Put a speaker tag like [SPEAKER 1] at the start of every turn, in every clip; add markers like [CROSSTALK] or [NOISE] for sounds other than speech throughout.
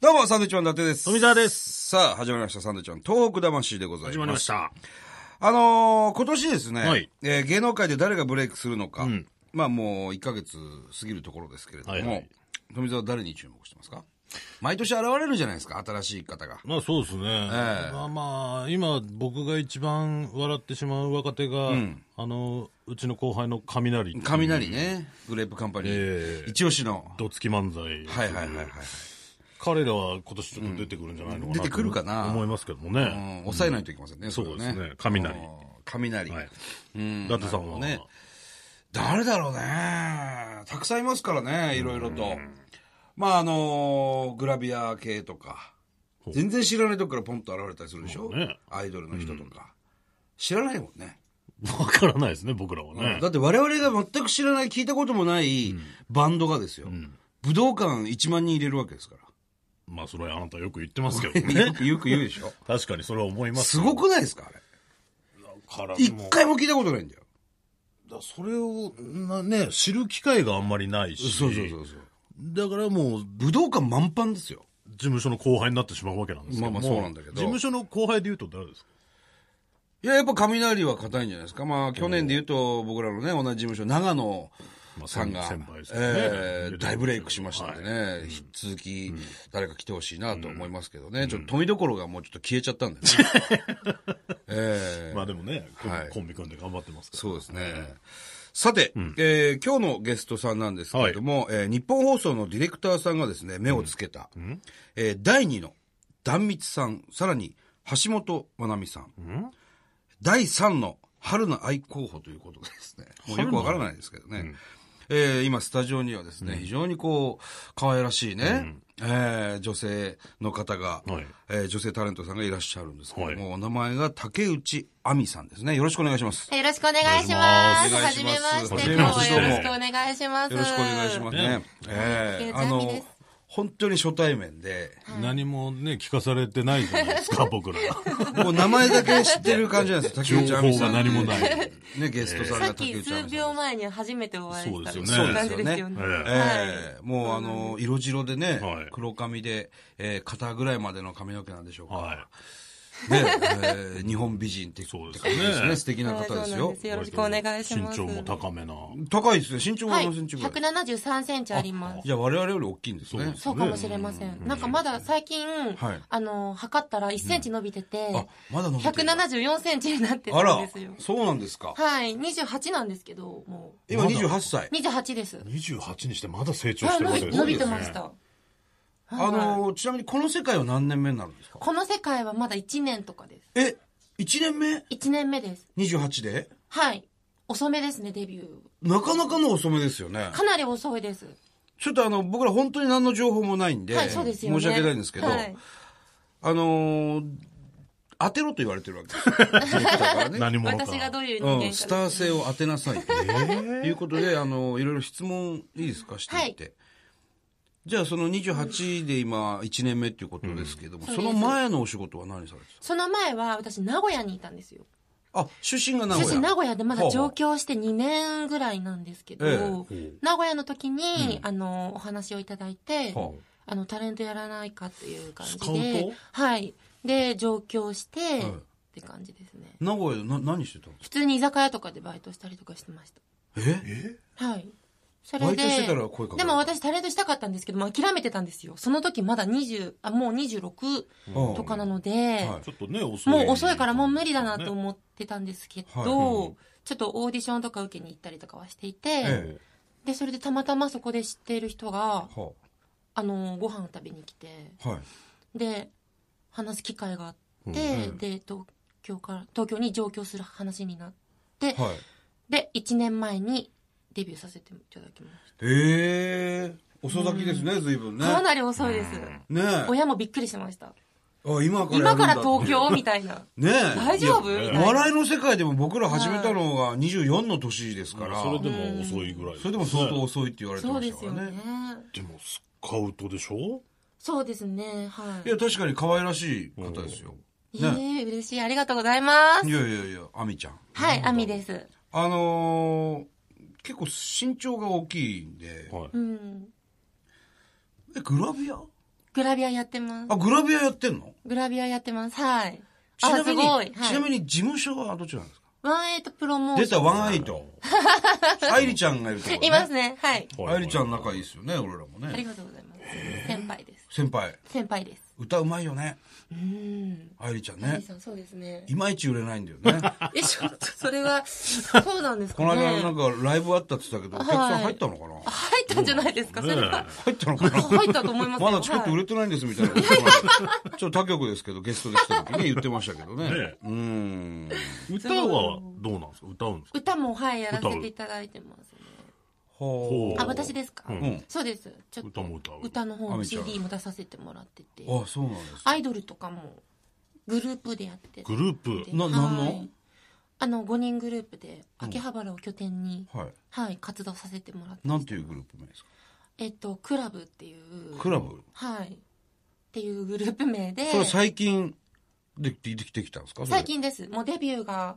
[SPEAKER 1] どうも、サンドイッチマン伊達です。
[SPEAKER 2] 富澤です。
[SPEAKER 1] さあ、始まりました、サンドイッチマン、東北魂でございます。
[SPEAKER 2] 始まりました。
[SPEAKER 1] あのー今年ですね、
[SPEAKER 2] はい
[SPEAKER 1] えー芸能界で誰がブレイクするのか、
[SPEAKER 2] ん
[SPEAKER 1] まあもう1ヶ月過ぎるところですけれども、
[SPEAKER 2] はいはい
[SPEAKER 1] 富澤は誰に注目してますか毎年現れるじゃないですか、新しい方が。
[SPEAKER 2] まあそうですね。まあまあ、今僕が一番笑ってしまう若手が、あの、うちの後輩の雷。
[SPEAKER 1] 雷ね、グレープカンパニー、
[SPEAKER 2] ええ
[SPEAKER 1] 一押しの。
[SPEAKER 2] どつき漫才。
[SPEAKER 1] はいはいはいはい。
[SPEAKER 2] 彼らは今年ちょっと出てくるんじゃないのかな、
[SPEAKER 1] 出てくるかな
[SPEAKER 2] 思いますけども
[SPEAKER 1] う
[SPEAKER 2] ね。
[SPEAKER 1] ん、抑えないといけませんね、
[SPEAKER 2] そう
[SPEAKER 1] れは
[SPEAKER 2] ですね雷
[SPEAKER 1] うん雷。
[SPEAKER 2] はい。
[SPEAKER 1] うん
[SPEAKER 2] 伊達さんは、
[SPEAKER 1] ね誰だろうね。たくさんいますからね、いろいろと。まあ、あのーグラビア系とか。全然知らないとこからポンと現れたりするでしょ、
[SPEAKER 2] まあね
[SPEAKER 1] アイドルの人とか。知らないもんね。
[SPEAKER 2] わからないですね、僕らはね
[SPEAKER 1] だ。って我々が全く知らない、聞いたこともないバンドがですよ。武道館1万人入れるわけですか
[SPEAKER 2] まあそれはあなたよく言ってますけど
[SPEAKER 1] ら。 [LAUGHS] よ
[SPEAKER 2] ね。
[SPEAKER 1] くよく言うでしょ
[SPEAKER 2] 確かにそれは思います
[SPEAKER 1] す
[SPEAKER 2] よ。
[SPEAKER 1] ごくないですかあれ。
[SPEAKER 2] から
[SPEAKER 1] 一
[SPEAKER 2] も
[SPEAKER 1] 回も聞いたことないんだよ。
[SPEAKER 2] だそれを、なね、知る機会があんまりないし。
[SPEAKER 1] そうそうそうそう。
[SPEAKER 2] だからもう、
[SPEAKER 1] 武道館満帆ですよ。
[SPEAKER 2] 事務所の後輩になってしまうわけなんですけども
[SPEAKER 1] まあまあそうなんだけど
[SPEAKER 2] 事務所の後輩で言うと誰ですか
[SPEAKER 1] いや、やっぱ雷は硬いんじゃないですか。まあ、去年で言うと、僕らのね、同じ事務所、長野
[SPEAKER 2] まあ
[SPEAKER 1] さんが、
[SPEAKER 2] 先輩ですよね
[SPEAKER 1] えー大ブレイクしましたんでね、引き続き、誰か来てほしいなと思いますけどね、ちょっと富所がもうちょっと消えちゃったんでね。 [LAUGHS] えー
[SPEAKER 2] まあでもね、コンビ
[SPEAKER 1] はい
[SPEAKER 2] コンビ組んで頑張ってますから。
[SPEAKER 1] そうですね。さて、えー今日のゲストさんなんですけれども、えー日本放送のディレクターさんがですね、目をつけた、えー第2の壇蜜さん、さらに橋本まなみさん、第3の春菜愛候補ということでですね、もうよくわからないですけどね。えー今、スタジオにはですね、非常にこう、可愛らしいね、えー女性の方が、
[SPEAKER 2] はい
[SPEAKER 1] えー女性タレントさんがいらっしゃるんですけども、お名前が竹内亜美さんですね。よろしくお願いします。
[SPEAKER 3] よろしくお願いします。
[SPEAKER 1] お願い
[SPEAKER 3] は
[SPEAKER 1] し
[SPEAKER 3] じ
[SPEAKER 1] ま
[SPEAKER 3] め
[SPEAKER 1] す
[SPEAKER 3] まして、
[SPEAKER 1] は
[SPEAKER 2] じめ
[SPEAKER 3] 今
[SPEAKER 2] ま
[SPEAKER 3] 日
[SPEAKER 2] して
[SPEAKER 3] はよろしくお願いします。
[SPEAKER 1] よろしくお願いしますね。ええ
[SPEAKER 3] 竹内亜美です
[SPEAKER 1] 本当に初対面で、
[SPEAKER 2] 何もね、聞かされてないじゃないです
[SPEAKER 1] [LAUGHS]
[SPEAKER 2] か、僕ら。
[SPEAKER 1] もう名前だけ知ってる感じなんですよ。竹
[SPEAKER 2] [LAUGHS] 情
[SPEAKER 1] 内亜美
[SPEAKER 2] 報
[SPEAKER 1] さ
[SPEAKER 2] が
[SPEAKER 1] ん。
[SPEAKER 2] 何もない。
[SPEAKER 1] ね、ゲストさん
[SPEAKER 3] さ
[SPEAKER 1] が
[SPEAKER 3] っ
[SPEAKER 1] 竹
[SPEAKER 3] き
[SPEAKER 1] 内亜美さん
[SPEAKER 3] 数
[SPEAKER 1] です。
[SPEAKER 3] 秒前に初めてお会いしたみたい
[SPEAKER 2] そう
[SPEAKER 3] な
[SPEAKER 2] で
[SPEAKER 3] 感
[SPEAKER 2] す
[SPEAKER 3] じ
[SPEAKER 2] よ
[SPEAKER 3] ですよね。
[SPEAKER 2] ええ
[SPEAKER 1] ええもうあの、色白でね、
[SPEAKER 2] はい
[SPEAKER 1] 黒髪で、ええ肩ぐらいまでの髪の毛なんでしょうか。
[SPEAKER 2] は
[SPEAKER 1] ね、ええ日本美人って
[SPEAKER 2] そうです
[SPEAKER 1] って
[SPEAKER 2] ね
[SPEAKER 1] 感じですね。素敵な
[SPEAKER 3] はい
[SPEAKER 1] 方です
[SPEAKER 3] そうなん
[SPEAKER 1] よ
[SPEAKER 3] で。す
[SPEAKER 2] い。
[SPEAKER 3] よろしくお願いします。
[SPEAKER 2] 身長も高めな。
[SPEAKER 1] 高いですね。身長が
[SPEAKER 3] はい、
[SPEAKER 1] 何センチぐらい、
[SPEAKER 3] 173センチあります。
[SPEAKER 1] じゃあ我々より大きいんですね。
[SPEAKER 2] そうです
[SPEAKER 3] そうかもしれません。なんかまだ最近、
[SPEAKER 1] はい
[SPEAKER 3] あの、測ったら1センチ伸びてて、
[SPEAKER 1] あ、まだ伸びてる。
[SPEAKER 3] 174センチになって
[SPEAKER 1] あ
[SPEAKER 3] たん
[SPEAKER 1] ら
[SPEAKER 3] ですよ、。
[SPEAKER 1] そうなんですか。
[SPEAKER 3] はい、28なんですけど、も
[SPEAKER 1] 今28歳
[SPEAKER 3] う、。28です。
[SPEAKER 2] 28にしてまだ成長
[SPEAKER 3] は
[SPEAKER 2] し
[SPEAKER 3] い
[SPEAKER 2] てるわけで
[SPEAKER 3] 伸
[SPEAKER 2] す
[SPEAKER 3] び
[SPEAKER 2] ね
[SPEAKER 3] 伸びてまし。た。
[SPEAKER 1] あの、ちなみにこの世界は何年目になるんですか
[SPEAKER 3] この世界はまだ1年とかです。
[SPEAKER 1] え、1年目
[SPEAKER 3] 1年目です。
[SPEAKER 1] ?28 で
[SPEAKER 3] はい。遅めですね、デビュー。
[SPEAKER 1] なかなかの遅めですよね。
[SPEAKER 3] かなり遅いです。
[SPEAKER 1] ちょっとあの、僕ら本当に何の情報もないんで、
[SPEAKER 3] はい、そうですよね。
[SPEAKER 1] 申し訳ないんですけど、
[SPEAKER 3] はい
[SPEAKER 1] あのー当てろと言われてるわけですよ。デ [LAUGHS] ィレクターからね
[SPEAKER 2] 何者か。
[SPEAKER 3] 私がどういう人間か、
[SPEAKER 1] うん、スター性を当てなさいと、いうことで、あの、いろいろ質問いいですかしていって。じゃあ、その28で今、1年目っていうことですけども、
[SPEAKER 3] うん
[SPEAKER 1] その前のお仕事は何されて
[SPEAKER 3] その前は私、名古屋にいたんですよ。
[SPEAKER 1] たあ、出身が名古
[SPEAKER 3] 私、
[SPEAKER 1] 屋。
[SPEAKER 3] 名古屋でま
[SPEAKER 1] ほ
[SPEAKER 3] だ
[SPEAKER 1] うほう
[SPEAKER 3] 上京して2年ぐらいなんですけど、
[SPEAKER 1] ええ
[SPEAKER 3] 名古屋の時に、あの、お話をいただいて、
[SPEAKER 1] はあ
[SPEAKER 3] あの、タレントやらないかっていう感じ
[SPEAKER 2] スカウ
[SPEAKER 3] で
[SPEAKER 2] ト、
[SPEAKER 3] はい。で、上京して、
[SPEAKER 1] い
[SPEAKER 3] って感じですね。
[SPEAKER 1] 名古屋でな何してたんですか
[SPEAKER 3] 普通に居酒屋とかでバイトしたりとかしてました。
[SPEAKER 1] え
[SPEAKER 3] はい。そ
[SPEAKER 1] バイトしてたら声かけられた
[SPEAKER 3] でも私タレントしたかったんですけど、もう諦めてたんですよ。その時まだ20、あ、もう26
[SPEAKER 1] うん
[SPEAKER 3] とかなので、
[SPEAKER 1] はい
[SPEAKER 2] ちょっとね、遅い。
[SPEAKER 3] もう遅いからもう無理だなと思ってたんですけど、
[SPEAKER 1] はいうん
[SPEAKER 3] ちょっとオーディションとか受けに行ったりとかはしていて、
[SPEAKER 1] え
[SPEAKER 3] で、それでたまたまそこで知っている人が、
[SPEAKER 1] は
[SPEAKER 3] あの、ご飯を食べに来て、
[SPEAKER 1] あはい。
[SPEAKER 3] で、話す機会があって、
[SPEAKER 1] うん
[SPEAKER 3] で、東京から、東京に上京する話になって、
[SPEAKER 1] はい。
[SPEAKER 3] で、1年前にデビューさせていただきました。
[SPEAKER 1] ええ遅咲きですね、随分ね。
[SPEAKER 3] かなり遅いです。
[SPEAKER 1] ねえ。あ、
[SPEAKER 3] 親もびっくりしました。
[SPEAKER 1] 今からやる
[SPEAKER 3] 今
[SPEAKER 1] んだ
[SPEAKER 3] から東京みた
[SPEAKER 1] [LAUGHS]
[SPEAKER 3] いな。
[SPEAKER 1] ねえ。
[SPEAKER 3] 大丈夫みたいな。
[SPEAKER 1] 笑いの世界でも僕ら始めたのが24の年ですから、
[SPEAKER 2] それでも遅いぐらい。
[SPEAKER 1] それでも相当。遅いって言われて
[SPEAKER 3] そう
[SPEAKER 1] ま
[SPEAKER 3] で
[SPEAKER 1] した
[SPEAKER 3] す
[SPEAKER 1] か
[SPEAKER 3] よ
[SPEAKER 1] らね。
[SPEAKER 3] ね。
[SPEAKER 2] でも、スカウトでしょ
[SPEAKER 3] そうですね。はい
[SPEAKER 1] いや、確かに可愛らしい方ですよ。
[SPEAKER 3] い。いね、嬉しい。ありがとうございます
[SPEAKER 1] い。やいやいや、アミちゃん。
[SPEAKER 3] はい、アミです。
[SPEAKER 1] あのー、結構身長が大きいんで、
[SPEAKER 2] はい。
[SPEAKER 3] うん。
[SPEAKER 1] え、グラビア
[SPEAKER 3] グラビアやってます
[SPEAKER 1] あ、。グラビアやってんの
[SPEAKER 3] グラビアやってます。はい。
[SPEAKER 1] ちなみに、
[SPEAKER 3] あすごいはい
[SPEAKER 1] ちなみに事務所はどちらなんですか
[SPEAKER 3] ワンエイトプロモー
[SPEAKER 1] 出
[SPEAKER 3] ショ
[SPEAKER 1] た
[SPEAKER 3] ン。
[SPEAKER 1] ワンアイ
[SPEAKER 3] [LAUGHS]
[SPEAKER 1] ト。愛理ちゃんがいるとこ、ね。
[SPEAKER 3] いますね。はい。
[SPEAKER 1] 愛理ちゃん仲いいですよね、俺らも
[SPEAKER 3] あ
[SPEAKER 1] ね。
[SPEAKER 3] りがとうございます。先輩です。
[SPEAKER 1] 先輩、
[SPEAKER 3] 先輩です。
[SPEAKER 1] 歌うまいよね。
[SPEAKER 3] うん。
[SPEAKER 1] 愛理ちゃん
[SPEAKER 3] ね、
[SPEAKER 1] ね。
[SPEAKER 3] さん、そうですね。
[SPEAKER 1] いまいち売れないんだよね。
[SPEAKER 3] [LAUGHS] え、ちょっと、それ
[SPEAKER 1] [LAUGHS]
[SPEAKER 3] は、そうなんですか
[SPEAKER 1] こ
[SPEAKER 3] ね。
[SPEAKER 1] の間なんかライブあったって言ってたけど、お客さん
[SPEAKER 3] はい
[SPEAKER 1] 入ったのかな、
[SPEAKER 3] 入ったんじゃないですか、それは。
[SPEAKER 1] 入ったのかな
[SPEAKER 3] 入ったと思いますよ
[SPEAKER 1] まだチケット売れてないんですみたいなことがちょっと他局ですけど、ゲストで来た時に言ってましたけどね。
[SPEAKER 2] ね
[SPEAKER 1] うーん。
[SPEAKER 3] [LAUGHS]
[SPEAKER 2] 歌はどうなんですか歌うんですか
[SPEAKER 3] 歌も、はい、やらせていただいてますね。
[SPEAKER 1] ほ
[SPEAKER 2] 歌
[SPEAKER 3] あ、
[SPEAKER 2] う
[SPEAKER 3] 私ですか、
[SPEAKER 2] うん
[SPEAKER 3] そうです。ちょっ
[SPEAKER 2] 歌
[SPEAKER 3] と、
[SPEAKER 2] も歌う。
[SPEAKER 3] 歌の
[SPEAKER 1] あ
[SPEAKER 3] 方
[SPEAKER 1] め
[SPEAKER 3] の
[SPEAKER 1] ちゃん
[SPEAKER 3] CD も出させてもらってて、
[SPEAKER 1] う。あ、そうなんですか。
[SPEAKER 3] アイドルとかも、グループでやってて
[SPEAKER 2] グループ。
[SPEAKER 1] ななんの
[SPEAKER 3] はいあの、5人グループで、秋葉原を拠点に、
[SPEAKER 1] はい。
[SPEAKER 3] はい、活動させてもらってま
[SPEAKER 1] な
[SPEAKER 3] す
[SPEAKER 1] んていうグループ名ですか
[SPEAKER 3] えっと、クラブっていう。
[SPEAKER 1] クラブ
[SPEAKER 3] はい。っていうグループ名で。
[SPEAKER 1] それ最近できてきてきたんですかそれ
[SPEAKER 3] 最近です。もうデビューが、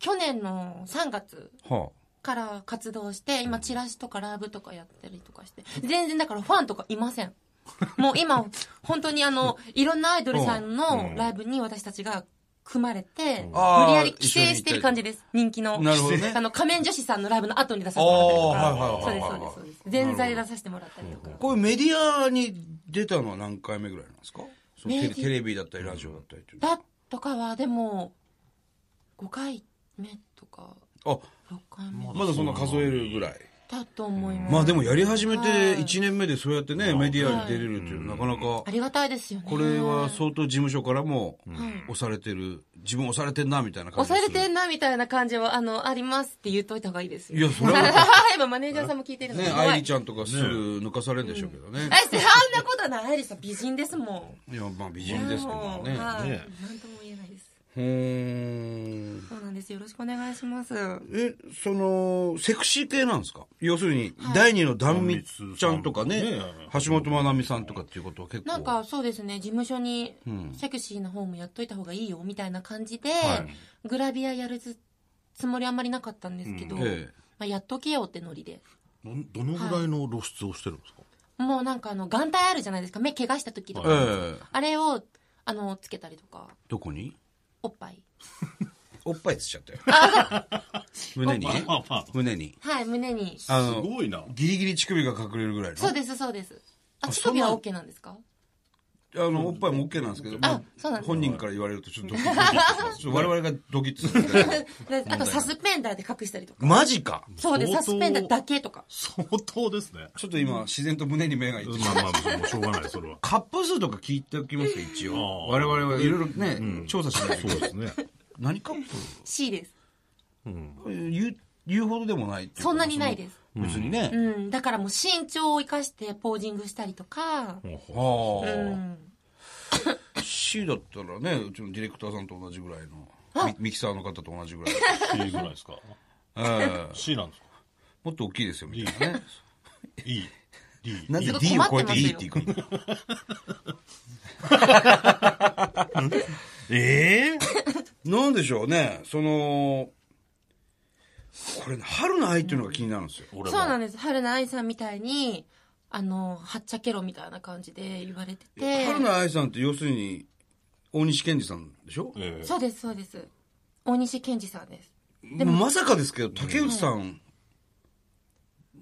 [SPEAKER 3] 去年の3月
[SPEAKER 1] は
[SPEAKER 3] から活動して、今チラシとかライブとかやったりとかして、全然だからファンとかい
[SPEAKER 1] [LAUGHS]
[SPEAKER 3] ません。もう今、本当にあの、いろんなアイドルさんのライブに私たちが組まれて、無
[SPEAKER 1] あー
[SPEAKER 3] 理やり規制してる感じです。人気
[SPEAKER 1] あ。
[SPEAKER 3] の。
[SPEAKER 1] なるほどね
[SPEAKER 3] あ。の、仮面女子さんのライブの後に出さ
[SPEAKER 1] あ
[SPEAKER 3] せてもらっ
[SPEAKER 1] あ、はい
[SPEAKER 3] た
[SPEAKER 1] は
[SPEAKER 3] り
[SPEAKER 1] い
[SPEAKER 3] と
[SPEAKER 1] は
[SPEAKER 3] か。
[SPEAKER 1] いはい。
[SPEAKER 3] そうです、そうです、そうです。前座で出させてもらったりとか。
[SPEAKER 1] こういうメディアに出たのは何回目ぐらいなんですかそのテレ
[SPEAKER 3] メディア
[SPEAKER 1] テレビだったりラジオだったりっていうのは
[SPEAKER 3] だとかは、でも、5回目とか、
[SPEAKER 1] あ、
[SPEAKER 3] 6回目
[SPEAKER 1] まだそんな数えるぐらい。
[SPEAKER 3] だと思います。
[SPEAKER 1] まあでもやり始めて
[SPEAKER 3] はい
[SPEAKER 1] 1年目でそうやってね、メディアに出れるっていうのはなかな
[SPEAKER 3] あ
[SPEAKER 1] か、
[SPEAKER 3] りがたいですよね。
[SPEAKER 1] これは相当事務所からも
[SPEAKER 3] ん
[SPEAKER 1] 押されてる、自分押されてんなみたいな感じ
[SPEAKER 3] 押されて
[SPEAKER 1] ん
[SPEAKER 3] んなみたいな感じは、あの、ありますって言っといた方がいいです [LAUGHS] よ。
[SPEAKER 1] いやそれは
[SPEAKER 3] 今マネージャーさんも聞いてるの
[SPEAKER 1] ね、
[SPEAKER 3] で。
[SPEAKER 1] 愛理
[SPEAKER 3] ゃん。
[SPEAKER 1] ちゃんとかすぐ抜かされるんでしょうけどね
[SPEAKER 3] え、。そんなことはない。愛理さん美人ですも
[SPEAKER 1] いや、まあ美
[SPEAKER 3] ん。
[SPEAKER 1] 人ですけど
[SPEAKER 3] もう
[SPEAKER 1] ね。
[SPEAKER 3] はい。
[SPEAKER 2] ね
[SPEAKER 3] なんとも言えないです。
[SPEAKER 1] うーん。
[SPEAKER 3] そうなんです。よろしくお願いします。
[SPEAKER 1] え、その、セクシー系なんですか要するに、第二の壇蜜ちゃんとかね、
[SPEAKER 2] ね
[SPEAKER 1] 橋本まなみさんとかっていうことは結構。
[SPEAKER 3] なんかそうですね、事務所に
[SPEAKER 1] ん
[SPEAKER 3] セクシーな方もやっといた方がいいよみたいな感じで、
[SPEAKER 1] は
[SPEAKER 3] グラビアやるつつもりあんまりなかったんですけど、
[SPEAKER 1] うんええ
[SPEAKER 3] まあ、やっとけよってノリで。
[SPEAKER 2] どどのぐらいの露出をしてるんですか
[SPEAKER 3] もうなんかあの、眼帯あるじゃないですか。目怪我した時と
[SPEAKER 1] ええ
[SPEAKER 3] か。あれを、あの、つけたりとか、
[SPEAKER 1] どこに
[SPEAKER 3] おっぱい。
[SPEAKER 1] おっぱいつっちゃったよ。胸にね
[SPEAKER 2] まあまあ
[SPEAKER 1] 胸に。
[SPEAKER 3] はい、胸に。
[SPEAKER 1] あ
[SPEAKER 2] す
[SPEAKER 1] の、
[SPEAKER 2] ごいな。
[SPEAKER 1] ギリギリ乳首が隠れるぐらいの。
[SPEAKER 3] そうです、そうです。あ、
[SPEAKER 1] あ
[SPEAKER 3] 乳首は
[SPEAKER 1] そん
[SPEAKER 3] OK なん [LAUGHS] ですか
[SPEAKER 1] あの、おっぱいも OK なんですけど、まあ
[SPEAKER 3] そうなんです
[SPEAKER 1] 本人から言われるとちょっとドキッとする
[SPEAKER 3] [LAUGHS]
[SPEAKER 1] ちょっと我々がドキッとするみたいな。
[SPEAKER 3] であと、サスペンダーで隠したりとか。
[SPEAKER 1] マジか
[SPEAKER 3] そうです、
[SPEAKER 2] 相
[SPEAKER 3] サ
[SPEAKER 2] 当
[SPEAKER 3] スペンダーだけとか。
[SPEAKER 2] 相当ですね。
[SPEAKER 1] ちょっと今、自然と胸に目がいってしまう
[SPEAKER 2] まあまあ、もうしょうがない、それは。
[SPEAKER 1] カップ数とか聞いておきますよ、一応。
[SPEAKER 2] あー
[SPEAKER 1] 我々はいろいろね、調査しないと
[SPEAKER 2] そう。ですね。
[SPEAKER 1] 何カッ
[SPEAKER 3] C です。
[SPEAKER 1] プ言う、言うほどでもないっていうか
[SPEAKER 3] そんなにないです。
[SPEAKER 1] その別にね。
[SPEAKER 3] うん、だからもう身長を生かしてポージングしたりとか、
[SPEAKER 1] あ
[SPEAKER 3] う
[SPEAKER 1] あ、
[SPEAKER 3] ん。
[SPEAKER 1] C だったらね、うちのディレクターさんと同じぐらいの、ミミキサーの方と同じ
[SPEAKER 3] [LAUGHS]
[SPEAKER 1] ぐらい。
[SPEAKER 2] いいぐらいですか。
[SPEAKER 1] ええ
[SPEAKER 2] C なんですか
[SPEAKER 1] もっと大きいですよ、みたいなね。
[SPEAKER 2] ?E。D。
[SPEAKER 1] なぜ
[SPEAKER 3] ちょっと
[SPEAKER 1] D を超えて E っ
[SPEAKER 3] 困ってて
[SPEAKER 1] いくんだ
[SPEAKER 2] ええ
[SPEAKER 1] なんでしょうね、その、これね、春の愛っていうのが気になるんですよ。
[SPEAKER 2] 俺
[SPEAKER 3] そう
[SPEAKER 2] も。
[SPEAKER 3] なんです。春菜愛さんみたいに、あの、はっちゃけろみたいな感じで言われてて。
[SPEAKER 1] 春の愛さんって要するに、大西健二さんでしょ、
[SPEAKER 2] ええ
[SPEAKER 3] そうです、そうです。大西健二さんです。
[SPEAKER 1] もうまさかですけど、竹内さん、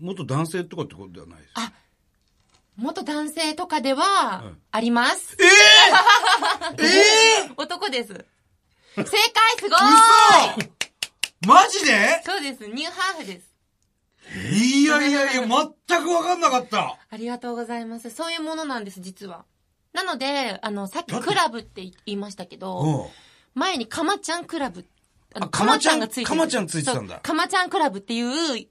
[SPEAKER 1] 元男性とかってことではないです。
[SPEAKER 3] あ元男性とかでは、あります。
[SPEAKER 1] ええ
[SPEAKER 3] 男です。正解すごい
[SPEAKER 1] 嘘マジで
[SPEAKER 3] そうです。ニューハーフです。
[SPEAKER 1] いやいやいや、全くわかんなかった。
[SPEAKER 3] ありがとうございます。そういうものなんです、実は。なので、あの、さっきクラブって言いましたけど、
[SPEAKER 1] うん
[SPEAKER 3] 前にかまちゃんクラブ。あ
[SPEAKER 1] あかまちゃん
[SPEAKER 3] る
[SPEAKER 1] かまちゃんついてたんだ
[SPEAKER 3] そうかまちゃんクラブっていう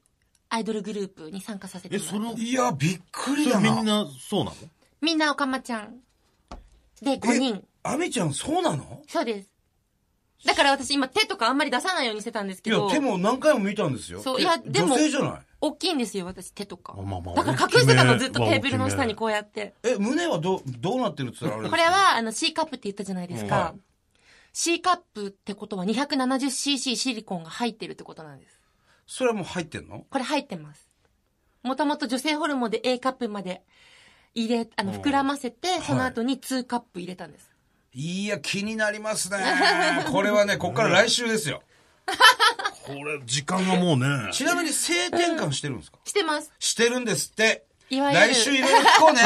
[SPEAKER 3] アイドルグループに参加させて
[SPEAKER 2] え、
[SPEAKER 3] もら
[SPEAKER 2] そ
[SPEAKER 3] って
[SPEAKER 2] の、
[SPEAKER 1] いや、びっくり
[SPEAKER 2] それ
[SPEAKER 1] だな。
[SPEAKER 2] みんなそうなの
[SPEAKER 3] みんなおかまちゃん。で、5人。
[SPEAKER 1] アメちゃん、そうなの
[SPEAKER 3] そうです。だから私今手とかあんまり出さないようにしてたんです
[SPEAKER 1] い
[SPEAKER 3] け
[SPEAKER 1] や
[SPEAKER 3] ど、、
[SPEAKER 1] 手も何回も見たんですよ。
[SPEAKER 3] そういや
[SPEAKER 1] え
[SPEAKER 3] でも
[SPEAKER 1] 女性じゃない
[SPEAKER 3] 大きいんですよ、私手とか。
[SPEAKER 2] あまあまあ
[SPEAKER 3] だから隠してた
[SPEAKER 2] 大
[SPEAKER 3] の
[SPEAKER 2] きめ
[SPEAKER 3] ずっとテーブルの下にこうやって。
[SPEAKER 1] え、胸はどう、どうなってるって言ったらあれです
[SPEAKER 3] [LAUGHS] こ
[SPEAKER 1] か
[SPEAKER 3] れはあの C カップって言ったじゃないです
[SPEAKER 1] は
[SPEAKER 3] か。C カップってことは 270cc シリコンが入ってるってことなんです。
[SPEAKER 1] それはもう入ってんの
[SPEAKER 3] これ入ってます。もともと女性ホルモンで A カップまで入れ、あの、膨らませて、その後に2カップ入れたんです。
[SPEAKER 1] いや、気になりますね。 [LAUGHS] これはね、こっから来週ですよ。
[SPEAKER 2] これ、時間がもうね。
[SPEAKER 1] ちなみに性転換してるんですか
[SPEAKER 3] してます。
[SPEAKER 1] してるんですって。
[SPEAKER 3] いわゆる
[SPEAKER 1] 来週いろいろ聞
[SPEAKER 3] [LAUGHS]
[SPEAKER 1] こうね。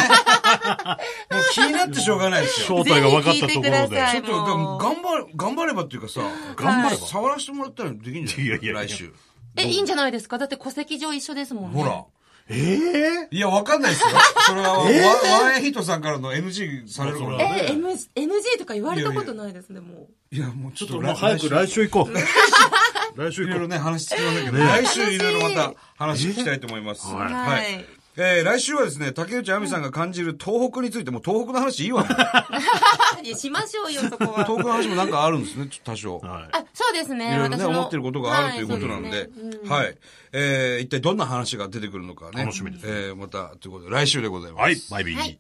[SPEAKER 1] もう気になってしょうがないですよ。
[SPEAKER 2] 正体が分かったところ
[SPEAKER 3] ぜひ聞いてく
[SPEAKER 2] で
[SPEAKER 3] だ。さ
[SPEAKER 1] ち
[SPEAKER 3] い
[SPEAKER 1] ょっと、頑張れ、頑張ればっていうかさ、
[SPEAKER 2] 頑張れば
[SPEAKER 1] 触らせてもらったらできんじゃない
[SPEAKER 2] いやいやいや
[SPEAKER 1] 来週。
[SPEAKER 3] え、いいんじゃないですかだって戸籍上一緒ですもんね。
[SPEAKER 1] ほら。
[SPEAKER 2] ええ
[SPEAKER 1] いや、わかんないですよ。それは、ワンワンエンヒートさんからの NG されるからね。
[SPEAKER 3] え、M、NG とか言われたことないですね、も
[SPEAKER 1] いや、もうちょっ
[SPEAKER 2] ちょ
[SPEAKER 1] と
[SPEAKER 2] っともう
[SPEAKER 1] 来
[SPEAKER 2] 早く来週行こう。来週
[SPEAKER 1] いろ
[SPEAKER 2] 行
[SPEAKER 1] い
[SPEAKER 2] こ
[SPEAKER 1] ろ
[SPEAKER 2] う。
[SPEAKER 1] ね、話つきませんけど、
[SPEAKER 2] ね
[SPEAKER 1] 来週いろいろまた話聞きたいと思います。
[SPEAKER 2] え
[SPEAKER 3] う。
[SPEAKER 2] はい
[SPEAKER 1] はい。えー、来週はですね、竹内亜美さんが感じる東北について、もう東北の話いいわ。
[SPEAKER 3] [LAUGHS] いやしましょうよ、そこは。
[SPEAKER 1] 東北の話もなんかあるんですね、ちょっと多少。
[SPEAKER 2] はい。
[SPEAKER 3] あ、そうですね。
[SPEAKER 1] いろいろ
[SPEAKER 3] 私
[SPEAKER 1] ね、
[SPEAKER 3] の
[SPEAKER 1] 思ってることがあるということなんで、
[SPEAKER 3] は
[SPEAKER 1] はいい
[SPEAKER 3] そうですねうん
[SPEAKER 1] えー一体どんな話が出てくるのかね。
[SPEAKER 2] 楽しみです
[SPEAKER 1] えーまた、ということで、来週でございます。
[SPEAKER 2] はい、バイビー。
[SPEAKER 3] はい